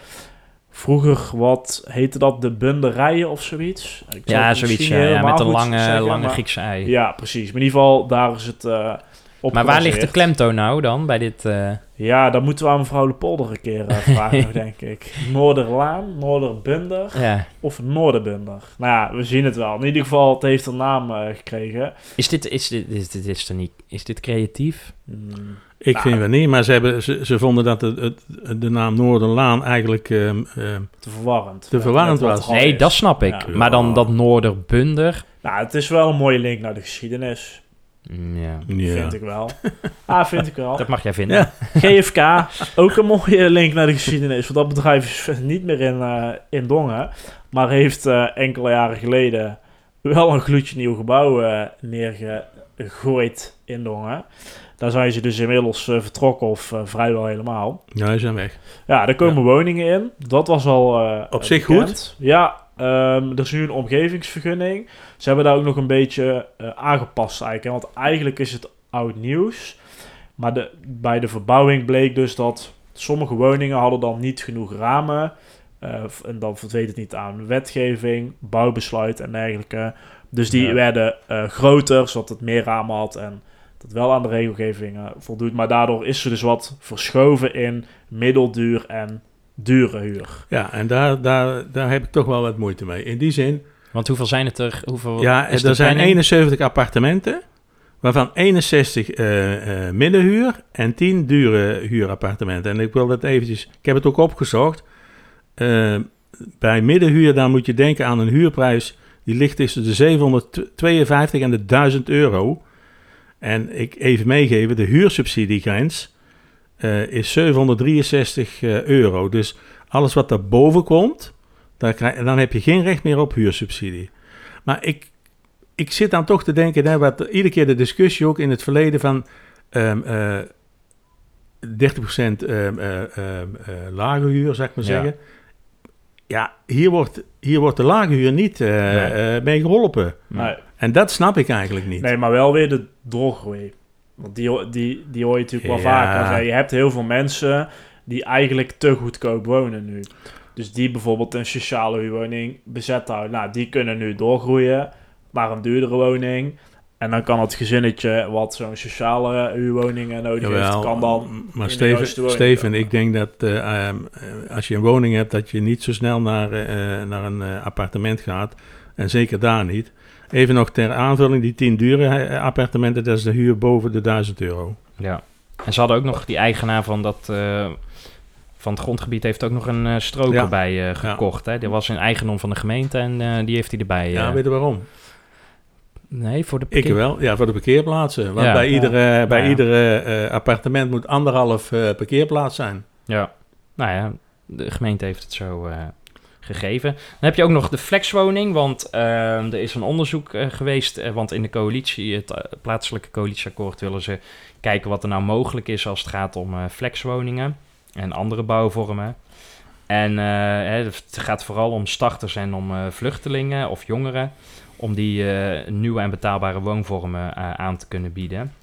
Vroeger, wat heette dat? De bunderijen of zoiets? Ik zal
Ja,
het
zoiets.
misschien
Ja,
niet
ja,
helemaal
met een
goed
lange,
zeggen,
lange
maar-
Griekse ei.
Ja, precies. Maar in ieder geval, daar is het eh op
maar waar ligt de
gebaseerd.
klemtoon nou dan bij dit... eh,
Ja, dat moeten we aan mevrouw Le Polder een keer eh, vragen, nog, denk ik. Noorderlaan, Noorderbunder.
ja.
of Noorderbunder? Nou ja, we zien het wel. In ieder geval, het heeft een naam eh, gekregen.
Is dit, is dit, is dit, is dit niet, is dit creatief?
Hmm.
Ik
Nou.
vind wel niet, maar ze, hebben, ze, ze vonden dat het, het- de naam Noorderlaan eigenlijk ehm, ehm,
te verwarrend.
Te
Met-
verwarrend
met wat
was.
er al
nee,
is.
dat snap ik.
Ja.
Maar dan dat Noorderbunder.
Nou, het is wel een mooie link naar de geschiedenis.
Mm, Ja.
Ja.
Vind ik wel. Ah, vind ik wel.
Dat mag jij vinden.
Ja.
GFK, ook een mooie link naar de geschiedenis. Want dat bedrijf is niet meer in, eh, in Dongen. Maar heeft eh, enkele jaren geleden wel een gloedje nieuw gebouw eh, neergegooid in Dongen. Daar zijn ze dus inmiddels eh, vertrokken of eh, vrijwel helemaal.
Ja, die zijn weg.
Ja, daar komen woningen in. Dat was al eh,
Op zich
bekend.
goed.
Ja, ehm, er is nu een omgevingsvergunning. Ze hebben daar ook nog een beetje eh, aangepast eigenlijk. Hè? Want eigenlijk is het oud nieuws. Maar de, bij de verbouwing bleek dus dat sommige woningen hadden dan niet genoeg ramen. eh, f- en dan voldeed het niet aan wetgeving, bouwbesluit en dergelijke. Dus die
Ja.
werden eh, groter, zodat het meer ramen had en dat wel aan de regelgeving eh, voldoet. Maar daardoor is ze dus wat verschoven in middelduur en dure huur.
Ja, en daar, daar, daar heb ik toch wel wat moeite mee. In die zin,
Want hoeveel zijn het er? Hoeveel
ja,
is
er
de
zijn
planning?
71 appartementen, waarvan 61 eh, eh, middenhuur en 10 dure huurappartementen. En ik wil dat eventjes, ik heb het ook opgezocht. Eh, bij middenhuur, daar moet je denken aan een huurprijs die ligt tussen de 752 en de 1000 euro. En ik even meegeven, de huursubsidiegrens eh, is 763 eh, euro. Dus alles wat daarboven komt, daar krijg, dan heb je geen recht meer op huursubsidie. Maar ik, ik zit dan toch te denken, hè, wat iedere keer de discussie ook in het verleden van ehm, eh, 30% ehm eh, ehm, eh, lage huur, zou ik maar
Ja.
zeggen. Ja, hier wordt, hier wordt de lage huur niet eh,
Nee.
eh, mee geholpen.
Nou,
En dat snap ik eigenlijk niet.
Nee, maar wel weer de doorgroei. Want die, ho- die, die hoor je natuurlijk wel
Ja.
vaker. Hè? Je hebt heel veel mensen die eigenlijk te goedkoop wonen nu. Dus die bijvoorbeeld een sociale huurwoning bezet houden. Nou, die kunnen nu doorgroeien naar een duurdere woning. En dan kan het gezinnetje wat zo'n sociale huurwoning nodig heeft,
Jawel,
kan dan...
maar
de
Steven,
juiste woning
Steven,
komen.
ik denk dat eh, ehm, eh, als je een woning hebt, dat je niet zo snel naar, eh, naar een eh, appartement gaat. En zeker daar niet. Even nog ter aanvulling, die 10 dure eh, appartementen, dat is de huur boven de 1000 euro.
Ja. En ze hadden ook nog die eigenaar van dat... eh, van het grondgebied heeft ook nog een eh, stroker
Ja.
bij eh, gekocht. Hè? Die was in eigendom van de gemeente en eh, die heeft hij erbij.
Ja,
eh,
weet je waarom?
nee, voor de
Ik
parkeer-
wel, ja, voor de parkeerplaatsen. Want
Ja.
bij
Ja.
iedere, bij
Ja.
iedere eh, appartement moet anderhalf eh, parkeerplaats zijn.
Ja. Nou ja, de gemeente heeft het zo eh, gegeven. Dan heb je ook nog de flexwoning, want eh, er is een onderzoek eh, geweest. eh, want in de coalitie, het eh, plaatselijke coalitieakkoord, willen ze kijken wat er nou mogelijk is als het gaat om eh, flexwoningen en andere bouwvormen. En eh, hè, het gaat vooral om starters en om eh, vluchtelingen of jongeren. Om die eh, nieuwe en betaalbare woonvormen eh, aan te kunnen bieden.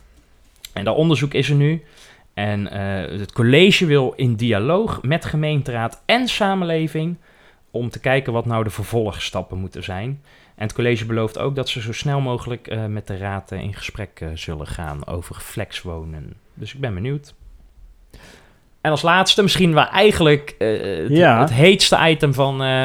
En dat onderzoek is er nu. En eh, het college wil in dialoog met gemeenteraad en samenleving om te kijken wat nou de vervolgstappen moeten zijn. En het college belooft ook dat ze zo snel mogelijk eh, met de raad eh, in gesprek eh, zullen gaan over flexwonen. Dus ik ben benieuwd. En als laatste, misschien wel eigenlijk eh, het,
Ja.
het heetste item van, eh,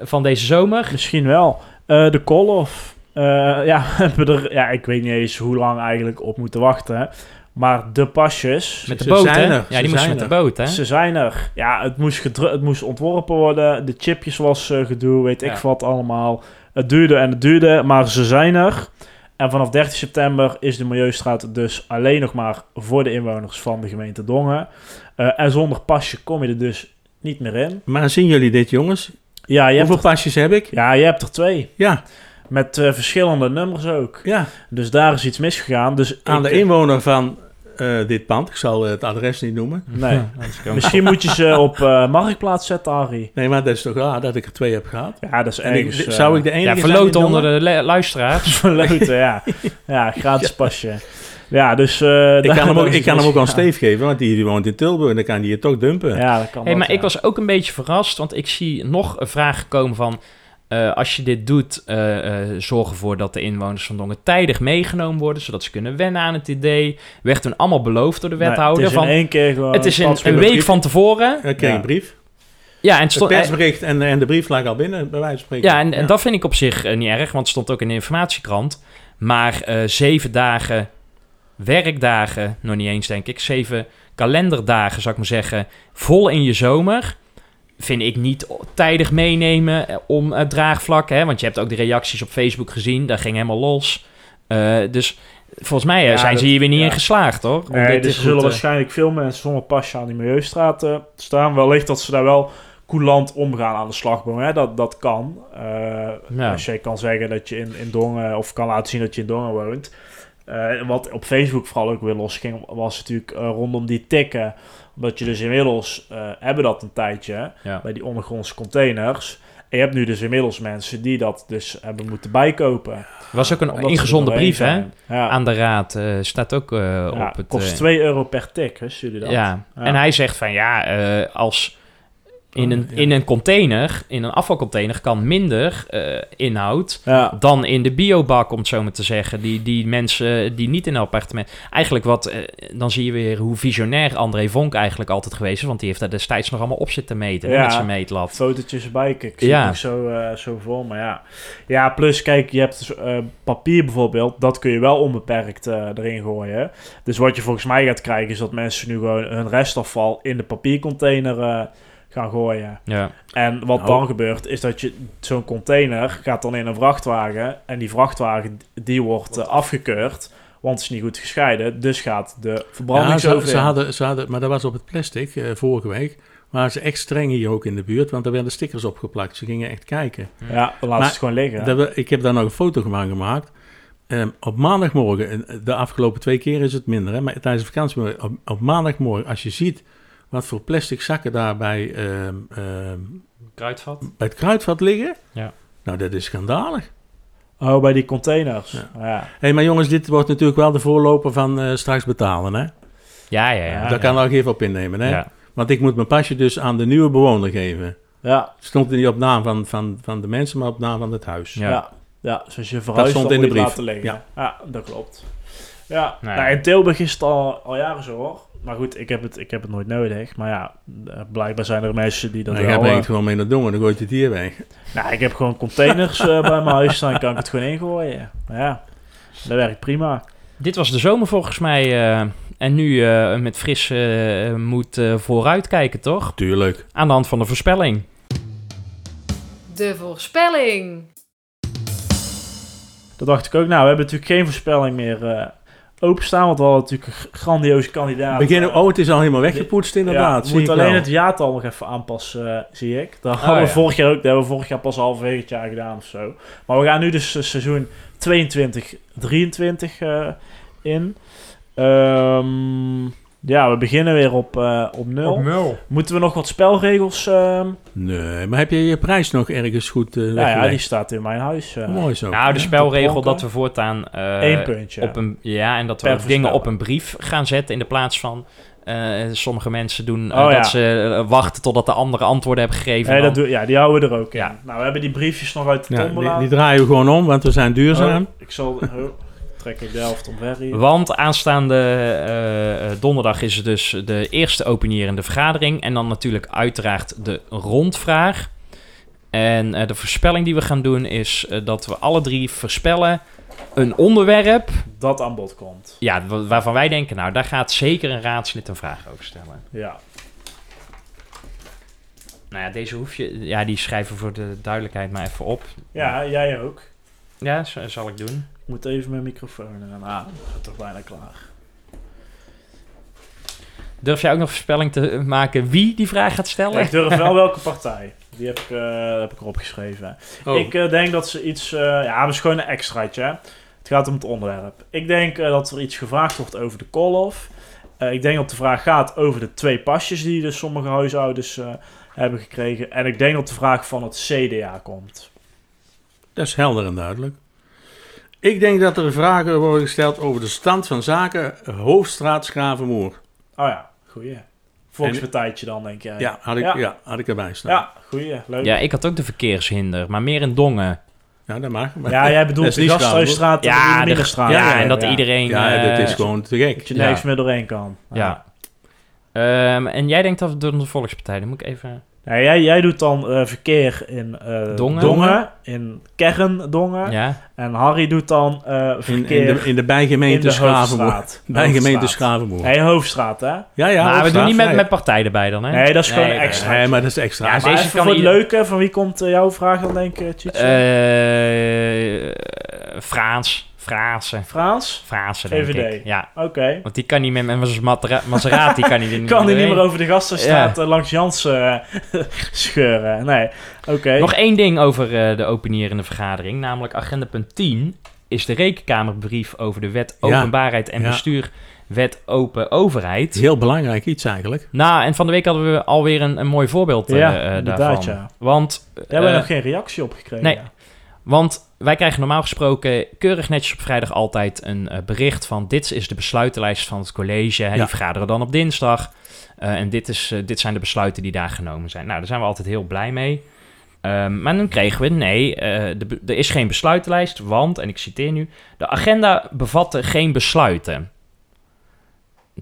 van deze zomer.
Misschien wel. Eh, de call-off. Eh, ja, we hebben er, ja, ik weet niet eens hoe lang eigenlijk op moeten wachten. Maar de pasjes...
Met de
Ze
boot,
zijn
hè?
er,
Ja,
ze
die moest
zijn
met de
er.
boot, hè?
Ze zijn er. Ja, het moest, gedru- het moest ontworpen worden. De chipjes was eh, gedoe, weet
Ja.
ik wat allemaal. Het duurde en het duurde, maar ze zijn er. En vanaf 13 september is de Milieustraat dus alleen nog maar voor de inwoners van de gemeente Dongen. Eh, en zonder pasje kom je er dus niet meer in.
Maar zien jullie dit, jongens?
Ja, je hebt
Hoeveel
er,
pasjes heb ik?
ja, je hebt er twee.
Ja,
Met eh, verschillende nummers ook.
ja.
Dus daar is iets misgegaan. Dus
aan
ik-
de inwoner van eh, dit pand, ik zal het adres niet noemen.
Nee.
Anders komen-
Misschien moet je ze op eh, Marktplaats zetten, Harry.
Nee, maar dat is toch raar dat ik er twee heb gehad?
Ja, dat is
En ik,
ergens... eh,
zou ik de enige
dus, Ja,
zijn
verloot
die het
onder
noemen?
de le- luisteraars.
Verloten, ja. Ja, gratis pasje. Ja, dus... eh,
Ik
daar-
kan hem ook,
daar
ik kan
is
hem ook aan
het
Steve geven, want die, die woont in Tilburg. Dan kan die je toch dumpen.
misgegaan. Ja, dat kan
Hey,
dat,
maar
ja.
ik was ook een beetje verrast, want ik zie nog een vraag komen van... eh, als je dit doet, eh, eh, zorg ervoor dat de inwoners van Dongen tijdig meegenomen worden... zodat ze kunnen wennen aan het idee. Werd toen allemaal beloofd door de
Nee,
wethouder.
het is
van,
in één eh, keer gewoon...
het is een,
stadsbezoek.
een week van tevoren.
Dan kreeg
Ja.
een brief.
Ja, en het
Het
stond, eh,
persbericht en, en de brief lag al binnen, bij wijze van spreken.
ja, en, en dat vind ik op zich eh, niet erg, want het stond ook in de informatiekrant. Maar eh, zeven dagen werkdagen, nog niet eens denk ik, zeven kalenderdagen zou ik maar zeggen, vol in je zomer, vind ik niet o- tijdig meenemen eh, om het draagvlak. Hè? Want je hebt ook de reacties op Facebook gezien, daar ging helemaal los. Eh, dus Volgens mij eh,
Ja,
zijn ze
dat-
hier weer niet
ja.
in geslaagd, hoor. Om
Nee,
dit
dus
goed,
er zullen
eh,
waarschijnlijk veel mensen zonder pasje aan die Milieustraat eh, staan. Wellicht dat ze daar wel coulant omgaan aan de slagboom. Hè? Dat, dat kan. Eh,
Ja.
Als je kan zeggen dat je in, in Dongen, of kan laten zien dat je in Dongen woont. Eh, wat op Facebook vooral ook weer losging, was natuurlijk eh, rondom die tikken. Omdat je dus inmiddels, eh, hebben dat een tijdje,
Ja.
bij die ondergrondse containers. En je hebt nu dus inmiddels mensen die dat dus hebben moeten bijkopen.
Er was ook een
Omdat ze er
ingezonde
doorheen
brief, hè?
zijn. Ja.
Aan de raad eh, staat ook eh,
Ja,
op het...
kost
eh,
2 euro per tik, hè, jullie dat?
Ja.
Ja.
en hij zegt van ja, eh, als in een,
Ja.
in een container, in een afvalcontainer, kan minder eh, inhoud
Ja.
dan in de biobak, om het zo maar te zeggen. Die, die mensen die niet in een appartement. Eigenlijk wat, eh, dan zie je weer hoe visionair André Vonk eigenlijk altijd geweest is, want die heeft daar destijds nog allemaal op zitten meten hè,
Ja.
met zijn meetlat.
Fotootjes bij, ik zie
Ja.
het nog zo, eh, zo voor me, ja. Ja, plus kijk, je hebt dus, eh, papier bijvoorbeeld, dat kun je wel onbeperkt eh, erin gooien. Dus wat je volgens mij gaat krijgen is dat mensen nu gewoon hun restafval in de papiercontainer eh, gaan gooien.
Ja.
En wat
Nou.
dan gebeurt is dat je zo'n container gaat dan in een vrachtwagen en die vrachtwagen die wordt eh, afgekeurd, want het is niet goed gescheiden, dus gaat de
Ja, ze,
verbrandingsoven
ze
in.
hadden, ze hadden, maar dat was op het plastic eh, vorige week. Waren ze echt streng hier ook in de buurt, want er werden stickers opgeplakt. Ze gingen echt kijken.
Ja, laten
Maar
ze het gewoon liggen.
Dat we- ik heb daar nog een foto van gemaakt. Ehm, op maandagmorgen, en eh, de afgelopen twee keer is het minder, hè, maar tijdens de vakantie, op, op maandagmorgen, als je ziet wat voor plastic zakken daar bij, ehm, ehm,
Kruidvat?
bij het kruidvat liggen,
Ja.
nou dat is schandalig.
Oh, bij die containers.
Ja.
ja.
Hé, maar jongens, dit wordt natuurlijk wel de voorloper van eh, straks betalen, hè?
Ja, ja, ja.
Ja,
daar kan ik nog even op innemen, hè?
Ja.
Want ik moet mijn pasje dus aan de nieuwe bewoner geven.
Ja,
Stond niet op naam van, van, van de mensen, maar op naam van het huis.
Ja.
ja. ja. dus als je verhuist,
stond
dan
in
moet
de
je het
brief.
laten liggen.
Ja.
Ja. dat klopt. Ja,
Nou
nou,
ja.
in Tilburg is het al, al jaren zo hoor. Maar goed, ik heb, het, ik heb het nooit nodig. Maar ja, eh, blijkbaar zijn er mensen die dat
Dan Nou, jij
wel... eh,
brengt gewoon mee naar Dongen, dan gooit je het hier weg.
nou, ik heb gewoon containers eh, bij mijn huis staan, kan ik het gewoon ingooien. Ja, dat werkt prima.
Dit was de zomer volgens mij. eh, en nu eh, met frisse eh, moed eh, vooruitkijken, toch?
Tuurlijk.
Aan de hand van de voorspelling.
De voorspelling.
Dat dacht ik ook. Nou, we hebben natuurlijk geen voorspelling meer eh, openstaan, want we hadden natuurlijk een g- grandioze kandidaat. eh,
Beginnen, oh, het is al helemaal weggepoetst
Ja,
inderdaad.
we
zie ik
moeten alleen
wel.
het jaartal nog even aanpassen, eh, zie ik. Dat
Oh,
hadden we
ja.
vorig jaar ook. Dat hebben we vorig jaar pas halverwege het jaar gedaan of zo. Maar we gaan nu dus eh, seizoen 22, 23 eh, in. Ehm, ja, we beginnen weer op, eh, op nul.
nul.
Moeten we nog wat spelregels? ehm
Nee, maar heb je je prijs nog ergens goed eh
nou ja, die
weggelegd?
staat in mijn huis. eh
Mooi zo.
Nou, de
Ja,
spelregel
dronken.
dat we voortaan eh,
Eén puntje.
op een ja en dat we
Per
ook dingen
voorspeller.
op een brief gaan zetten in de plaats van eh, sommige mensen doen eh,
Oh,
dat
ja.
ze eh, wachten totdat de andere antwoorden hebben gegeven.
Nee,
en
dat
dan-
doe, ja, die houden we er ook in.
Ja.
Nou, we hebben die briefjes nog uit de
Ja, die,
tombola.
die draaien we gewoon om, want we zijn duurzaam.
Oh, ik zal... oh, trek ik de helft omver hier.
Want aanstaande eh, eh, donderdag is het dus de eerste openierende vergadering en dan natuurlijk uiteraard de rondvraag. En eh, de voorspelling die we gaan doen is eh, dat we alle drie voorspellen een onderwerp
Dat aan bod komt.
Ja, wa- waarvan wij denken, nou, daar gaat zeker een raadslid een vraag over stellen.
Ja.
Nou ja, deze hoef je... Ja, die schrijven we voor de duidelijkheid maar even op.
ja, jij ook.
Ja, z- zal ik doen.
Ik moet even mijn microfoon eraan aan. Ik ben toch bijna klaar.
Durf jij ook nog voorspelling te maken wie die vraag gaat stellen?
Ik durf wel welke partij. Die heb ik, eh, heb ik erop geschreven.
Oh,
Ik eh, denk dat ze iets... eh, ja, maar is gewoon een extraatje. hè. Het gaat om het onderwerp. Ik denk eh, dat er iets gevraagd wordt over de call-off. Eh, ik denk dat de vraag gaat over de twee pasjes die dus sommige huishoudens eh, hebben gekregen. En ik denk dat de vraag van het CDA komt.
Dat is helder en duidelijk. Ik denk dat er vragen worden gesteld over de stand van zaken Hoofdstraat Schavenmoer.
Oh ja, goeie. Volkspartijtje dan, denk jij.
Ja, had ik, ja.
Ja.
had ik erbij staan. Ja,
ja goeie. Leuk.
Ja, ik had ook de verkeershinder, maar meer in Dongen.
dat mag. Maar-
Ja, jij
Dat is
bedoelt de
Liesstraat,
gasthuisstraat en
Ja,
de
de-
Minnestraat.
ja,
ja, en dat iedereen...
ja, dat
eh,
is gewoon te
Dat
gek.
je
Ja.
niks meer doorheen kan.
Ja. Ehm, en jij denkt dat we door de Volkspartij... Dan moet ik even...
Nou, jij, jij doet dan eh, verkeer in eh,
Dongen.
Dongen. in Kerrendongen.
Ja,
En Harry doet dan eh,
In,
verkeer
in, de, in de
in
bijgemeente
de
Schavenmoer.
Hoofdstraat.
Bijgemeente
Hoofdstraat.
Schavenmoer.
Nee, Hoofdstraat, hè?
Ja, ja.
maar we doen
Hoofdstraat,
niet
ja,
met,
ja.
met partijen erbij dan, hè?
Nee, dat is gewoon
nee,
extra.
Nee, maar dat is extra.
Ja,
Maar-
Maar
deze
even
kan
voor het
ieder-
leuke, van wie komt eh, jouw vraag dan denk ik, Tjitje?
Eh, Fraans. Frazen.
Frans?
Frazen, denk
VVD.
ik. Ja,
Oké.
want die kan niet meer... En was Matera- Maserati kan hij er niet
Kan hij niet
doorheen.
meer over de gastenstraat eh, langs Jansen eh, scheuren. Nee, oké.
Nog één ding over eh, de openierende vergadering, namelijk agenda punt 10 is de rekenkamerbrief over de wet
Ja.
openbaarheid en
Ja.
bestuur, wet open overheid.
Het is heel belangrijk iets eigenlijk.
Nou, en van de week hadden we alweer een, een mooi voorbeeld eh,
Ja,
eh, daarvan.
inderdaad, ja.
Want,
Daar hebben we
eh,
nog geen reactie op gekregen.
nee. want wij krijgen normaal gesproken keurig netjes op vrijdag altijd een eh, bericht van dit is de besluitenlijst van het college. Hè, Die
Ja.
vergaderen dan op dinsdag. Eh, en dit, is, eh, dit zijn de besluiten die daar genomen zijn. Nou, daar zijn we altijd heel blij mee. Ehm, maar dan kregen we, nee, eh, de be- er is geen besluitenlijst, want, en ik citeer nu, de agenda bevatte geen besluiten.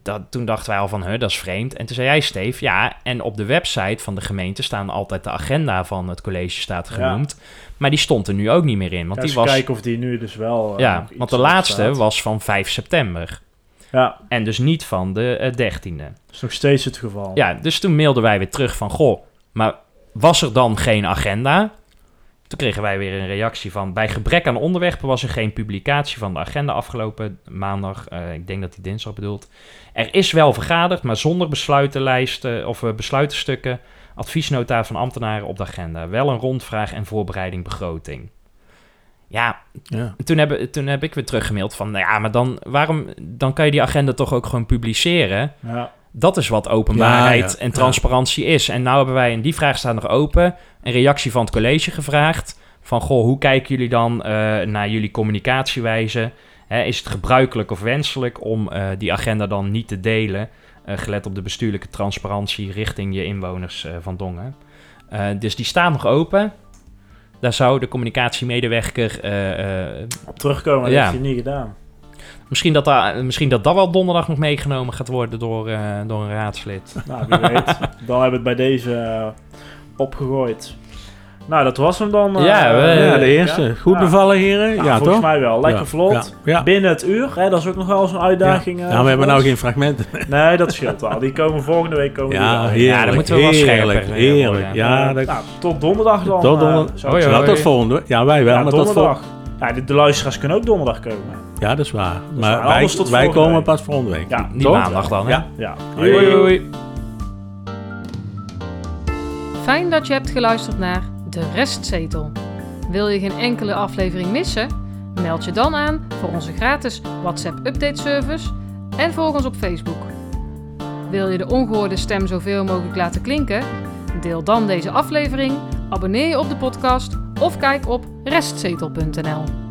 Dat, toen dachten wij al van, huh, dat is vreemd. En toen zei jij, Steve, ja, en op de website van de gemeente staan altijd de agenda van het college staat
Ja.
genoemd. Maar die stond er nu ook niet meer in, want
Want
die was...
kijken of die nu dus wel... eh, nog
ja,
iets
want de
op
laatste
staat.
was van 5 september.
Ja,
En dus niet van de eh, 13e.
is nog steeds het geval.
Ja, dus toen mailden wij weer terug van... Goh, maar was er dan geen agenda? Toen kregen wij weer een reactie van... Bij gebrek aan onderwerpen was er geen publicatie van de agenda afgelopen maandag. Eh, ik denk dat die dinsdag bedoelt. Er is wel vergaderd, maar zonder besluitenlijsten of eh, besluitenstukken... adviesnota van ambtenaren op de agenda. Wel een rondvraag en voorbereiding begroting. Ja,
Ja.
toen heb, toen heb ik weer teruggemaild van... Nou ja, maar dan, waarom, dan kan je die agenda toch ook gewoon publiceren...
Ja.
Dat is wat openbaarheid
Ja, ja,
en
ja.
transparantie is. En nou hebben wij, en die vraag staat nog open, een reactie van het college gevraagd. Van, goh, hoe kijken jullie dan eh, naar jullie communicatiewijze? Hè, is het gebruikelijk of wenselijk om eh, die agenda dan niet te delen? eh, gelet op de bestuurlijke transparantie richting je inwoners eh, van Dongen. Eh, dus die staan nog open. Daar zou de communicatiemedewerker... eh, eh,
Op terugkomen,
Ja.
dat heeft hij niet gedaan.
misschien, dat daar, misschien dat dat wel donderdag nog meegenomen gaat worden door, eh, door een raadslid.
Nou, wie weet. Dan hebben we het bij deze eh, opgegooid. Nou, dat was hem dan. eh,
Ja, we-
ja, de
eh,
eerste.
ja.
Goed
Ja.
bevallen, heren.
Nou,
ja,
volgens
toch?
mij wel. Lekker
Ja,
vlot.
Ja, ja.
Binnen het uur, hè, dat is ook nog wel eens een uitdaging. eh,
Ja, we
voor
hebben nou
ons.
geen fragmenten.
Nee, dat scheelt wel. Die komen volgende week komen die
Ja,
wel.
heerlijk.
dan moeten we wel
heerlijk,
scherper, eh,
heerlijk.
worden.
Ja, dat,
Nou, tot donderdag dan.
Tot
eh,
donder-
zou ik
Hoi,
zeggen.
hoi.
nou, tot volgende. Ja, wij wel,
Ja,
maar tot volgende.
donderdag. Ja, de, de luisteraars kunnen ook donderdag komen.
Ja, dat is waar. Maar
waar.
wij,
Anders tot
wij
volgende
komen
week.
pas volgende week.
Ja,
Die
toch?
maandag dan, hè?
Ja.
Ja.
Hoi, hoi, hoi.
Fijn dat je hebt geluisterd naar De Restzetel. Wil je geen enkele aflevering missen? Meld je dan aan voor onze gratis WhatsApp update service en volg ons op Facebook. Wil je de ongehoorde stem zoveel mogelijk laten klinken? Deel dan deze aflevering, abonneer je op de podcast of kijk op restzetel.nl.